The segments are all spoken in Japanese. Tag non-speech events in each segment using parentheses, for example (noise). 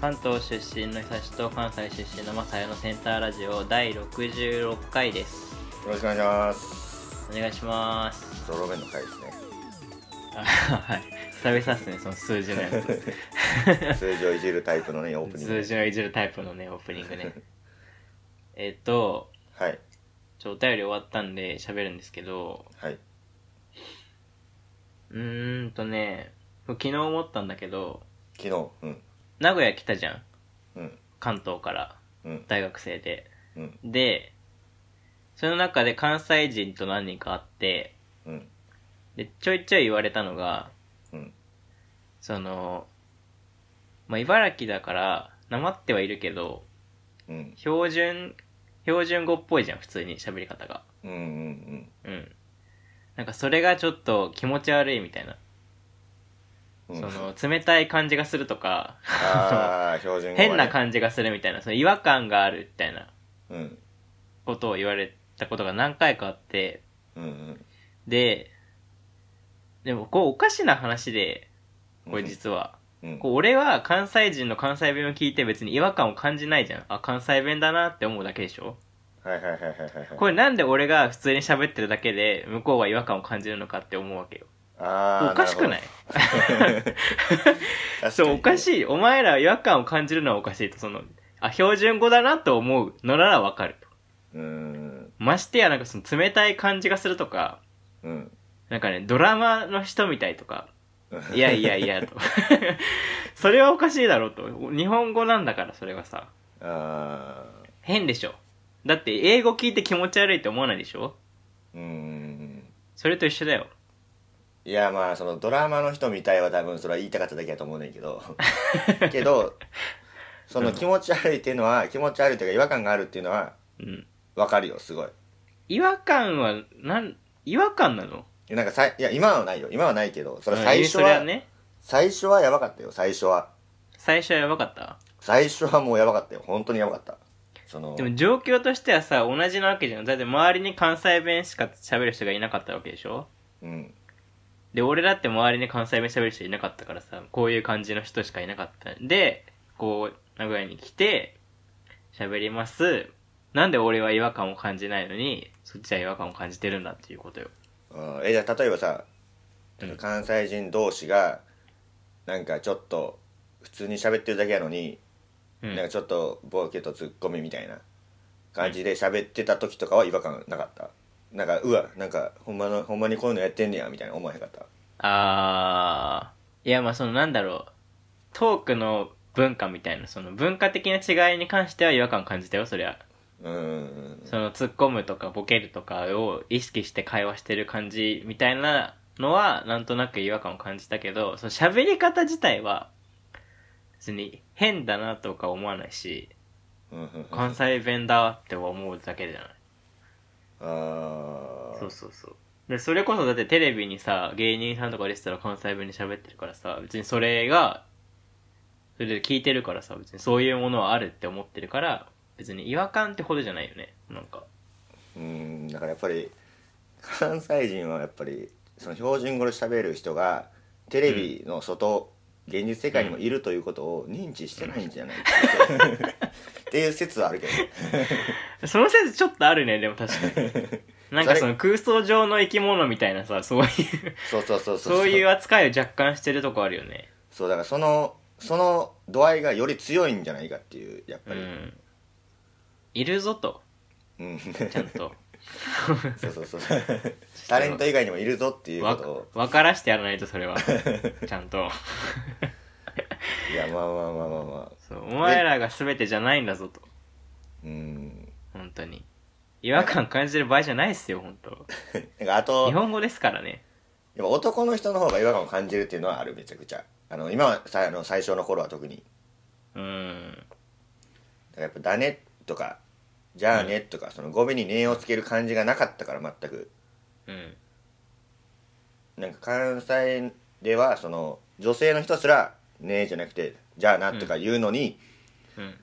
関東出身の久しと関西出身のまさやのセンターラジオ第66回ですろしくお願いしますお願いしますドロベンの回ですねあ (laughs) はい久々っすねその数字のやつ (laughs) 数字をいじるタイプのねオープニン数グ字のいじるタイプのねオープニングねえっとはいちょお便り終わったんで喋るんですけどはいうーんとね昨日思ったんだけど昨日うん名古屋来たじゃんうん関東からうん大学生でうんでその中で関西人と何人か会ってうんでちょいちょい言われたのがうんその、まあ、茨城だからなまってはいるけどうん標準標準語っぽいじゃん普通に喋り方がうんうんうんうんなんかそれがちょっと気持ち悪いみたいな、うんその冷たい感じがすると (laughs) かああ標準語、ね、変な感じがするみたいなその違和感があるみたいなじうんことを言われたことが何回かあってうんうんででもこうおかしな話でこれ実は、うんこう俺は関西人の関西弁を聞いて別に違和感を感じないじゃんあ関西弁だなって思うだけでしょはいはいはいはいはいはいこれなんで俺が普通に喋ってるだけで向こうは違和感を感じるのかって思うわけよあーおかしくないなそうおかいしいお前らは違和感を感じるのはおかしいとそのあ標準語だなと思うのならわかるとうんましてやなんかその冷たい感じがするとかうんなんかねドラマの人みたいとか (laughs) いやいやいやと (laughs) それはおかしいだろうと日本語なんだからそれはさあ変でしょだって英語聞いて気持ち悪いって思わないでしょーうんそれと一緒だよいやまあそのドラマの人みたいは多分それは言いたかっただけやと思うねん (laughs) けどけどその気持ち悪いっていうのは気持ち悪いというか違和感があるっていうのはうんわかるよすごい違和感はなん違和感なのいやなんかさいいや今はないよ今はないけどそれ最初うんそれは,、はね最初はやばかったよ最初は最初はやばかった最初はもうやばかったよ本当にやばかったそのでも状況としてはさ同じなわけじゃんだって周りに関西弁しか喋る人がいなかったわけでしょうんで俺だって周りに関西弁喋る人いなかったからさこういう感じの人しかいなかったんでこう名古屋に来て喋りますなんで俺は違和感を感じないのにそっちは違和感を感じてるんだっていうことよあーえじゃあ例えばさうん関西人同士がなんかちょっと普通に喋ってるだけやのにうんなんかちょっとボケとツッコミみたいな感じで喋ってた時とかは違和感なかったなんかうわなんかほんまのほんまにこういうのやってんねやみたいな思わへんかったあーいやまあそのなんだろうトークの文化みたいなその文化的な違いに関しては違和感感じたよそりゃうーんその突っ込むとかボケるとかを意識して会話してる感じみたいなのはなんとなく違和感を感じたけどその喋り方自体は別に変だなとか思わないしうんうんうん関西弁だって思うだけじゃないあそうそうそうでそれこそだってテレビにさ芸人さんとか出てたら関西弁で喋ってるからさ別にそれがそれで聞いてるからさ別にそういうものはあるって思ってるから別に違和感ってほどじゃないよねなんかうーんだからやっぱり関西人はやっぱりその標準語で喋る人がテレビの外、現実世界にもいるということを認知してないんじゃないかっ (laughs) ていうっていう説はあるけどその説ちょっとあるねでも確か (laughs) になんかその空想上の生き物みたいなさそういうそうそうそうそうそういう扱いを若干してるとこあるよねそうだからそのその度合いがより強いんじゃないかっていうやっうぱり、んいるぞとうん、 (laughs) ちゃんとそうそ (laughs) うそうタレント以外にもいるぞっていうこわとを分からしてやらないとそれはちゃんといやまあまあまあまあまあそうお前らが全てじゃないんだぞとうん本当に違和感感じてる場合じゃないっすよ本当なんかあと日本語ですからねやっぱ男の人の方が違和感を感じるっていうのはあるめちゃくちゃあの今はさあの最初の頃は特にうんだからやっぱ「だね」とか「じゃあね」とか、その語尾に「ね」をつける感じがなかったから全くうんなんか関西ではその女性の人すら「ね」じゃなくて「じゃあな」とか言うのに、うん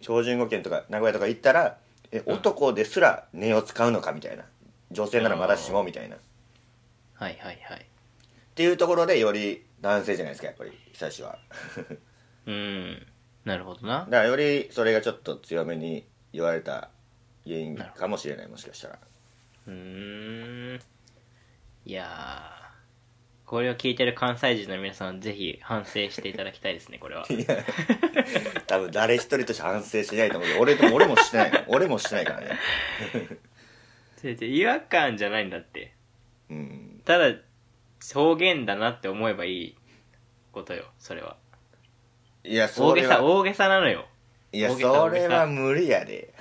標準語圏とか名古屋とか行ったらえ男ですら「ね」を使うのかみたいな女性ならまだしもみたいなっはいはいはいていうところでより男性じゃないですかやっぱり久しはうんなるほどなだからよりそれがちょっと強めに言われた原因かもしれないもしかしたらうーんいやーこれを聞いてる関西人の皆さんぜひ反省していただきたいですねこれは多分誰一人として反省しないと思うけど俺と俺もして (laughs) ない俺もしてないからね違う違う違和感じゃないんだってうんただ方言だなって思えばいいことよそれはいや大そげれさは大げさなのよいや大げさそれは無理 (laughs) やで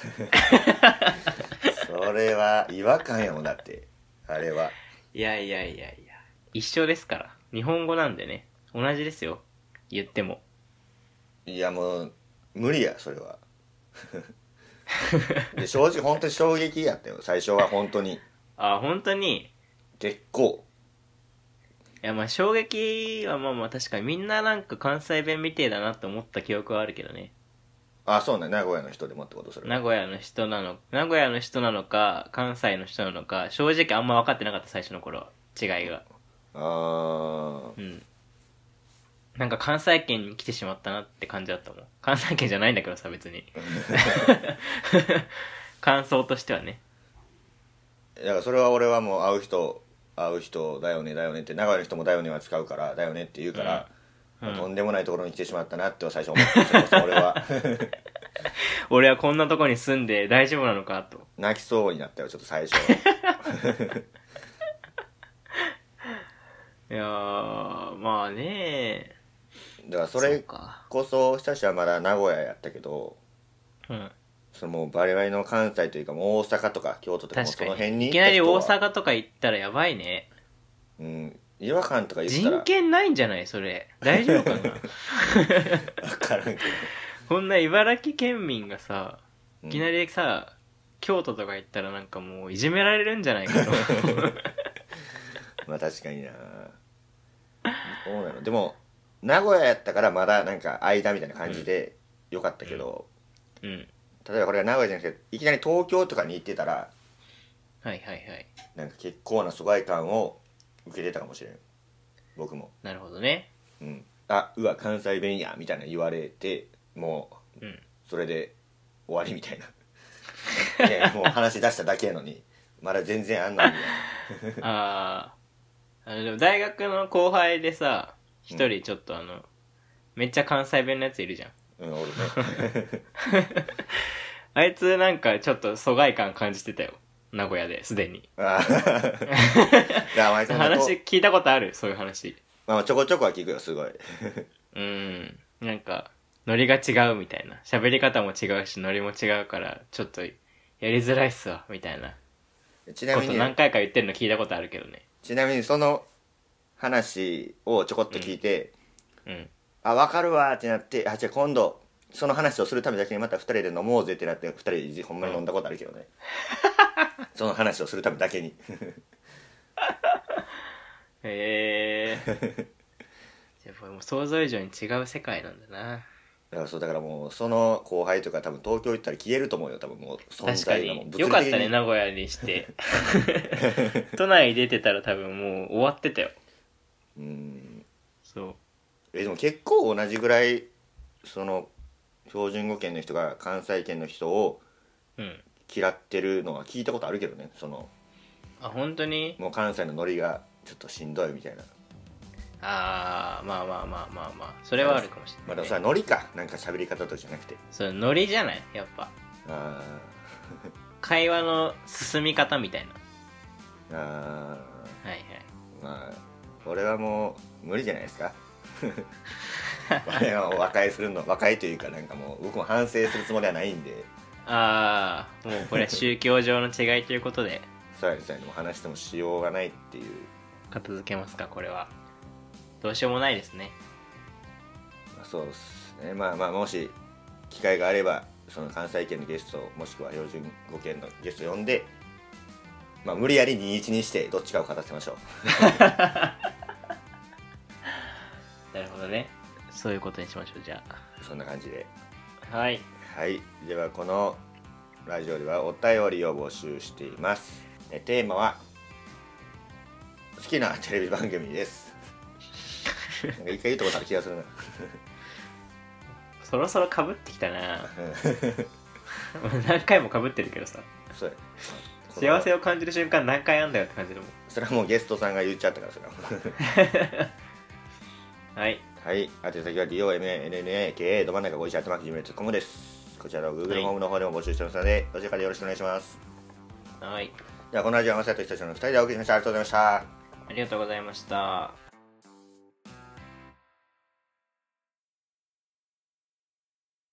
それは違和感やもんだってあれはいやいやいやいや一緒ですから日本語なんでね同じですよ言ってもいやもう無理やそ (laughs) れはで正直本当に衝撃やったよ最初は本当にあ本当に結構いやまあ衝撃はまあまあ確かにみんななんか関西弁みてえだなと思った記憶はあるけどねあそうね名古屋の人でもってことそれは名古屋の人なの名古屋の人なのか関西の人なのか正直あんま分かってなかった最初の頃は違いがあうんなんか関西圏に来てしまったなって感じだったもん関西圏じゃないんだけどさ (laughs) 別に感想としてはねあだからそれは俺はもう会う人会う人だよねだよねって名古屋の人もだよねは使うからだよねって言うから、うんうんとんでもないところに来てしまったなっては最初思ってたそれこ (laughs) そ俺は俺はこんなとこに住んで大丈夫なのかと泣きそうになったよちょっと最初いやーまあねだからそそうれかこそ久しはまだ名古屋やったけどうんそのもうバリバリの関西というかもう大阪とか京都とかもう確そかの辺ににいきなり大行った人は阪とか行ったらやばいねうん違和感とか言ったら人権ないんじゃないそれ大丈夫か (laughs) な分からんけどこんな茨城県民がさうんいきなりさ、京都とか行ったらなんかもういじめられるんじゃないか (laughs) とまあ確かになそうなのでも名古屋やったからまだなんか間みたいな感じでよかったけど、うん例えばこれが名古屋じゃなくていきなり東京とかに行ってたらはいはいはいなんか結構な疎外感を受けてたかもしれん僕もなるほどねうんあうわ関西弁やみたいな言われてもううんそれで終わりみたいな (laughs) いやもう話出しただけやのにまだ全然あんのにみたいなあーあのでも大学の後輩でさ一人ちょっとあの、めっちゃ関西弁のやついるじゃんうん俺ねあいつなんかちょっと疎外感感じてたよ名古屋ですでに (laughs) あーいやお前そんなと話聞いたことあるそういう話まあまあちょこちょこは聞くよすごいうんなんかノリが違うみたいな喋り方も違うしノリも違うからちょっとやりづらいっすわみたいなちなこみとに何回か言ってるの聞いたことあるけどねちなみにその話をちょこっと聞いて、うんあ分かるわーってなってあじゃあ今度その話をするためだけにまた2人で飲もうぜってなって2人でほんまに飲んだことあるけど (laughs) ね、その話をするためだけに (laughs) へえじゃあもう想像以上に違う世界なんだなだからそうだからもうその後輩とか多分東京行ったら消えると思うよ多分もう存確か在がもうによかったねに名古屋にして (laughs) 都内出てたら多分もう終わってたようんそうえでも結構同じぐらいその標準語圏の人が関西圏の人をうん嫌ってるのは聞いたことあるけどねそのあ本当にもう関西のノリがちょっとしんどいみたいなああまあまあまあまあまあそれはあるかもしれまあなでい、ねもそれはノリかなんか喋り方とかじゃなくてそれノリじゃないやっぱあ会話の進み方みたいなーあはいはいーまあ俺はもう無理じゃないですか (laughs) 俺は和解するの和解というかなんかもう僕も反省するつもりはないんでああもうこれは宗教上の違いということでそうやねそうやねもう話してもしようがないっていう、片付けますかこれはどうしようもないですねまあ、そうですねまあまあもし機会があればその関西圏のゲストもしくは標準語圏のゲスト呼んでまあ無理やり21にしてどっちかを勝たせましょうなるほどねそういうことにしましょうじゃそんな感じであはいはい、ではこのラジオではお便りを募集しています。えテーマは好きなテレビ番組です。なんか一回言ったことある気がするな。そろそろかぶってきた (laughs) な何回もかぶってるけどさそうや幸せを感じる瞬間何回あんだよって感じだもんそれはもうゲストさんが言っちゃったからそれははいはい宛先は DOMNNAKA ど真ん中ご一緒あってまくじめつこむですこちらの Google ホームの方でも募集してますので、どちらかでよろしくお願いしますはいではこのラジオは山下と一緒の2人でお送りしましたありがとうございましたありがとうございました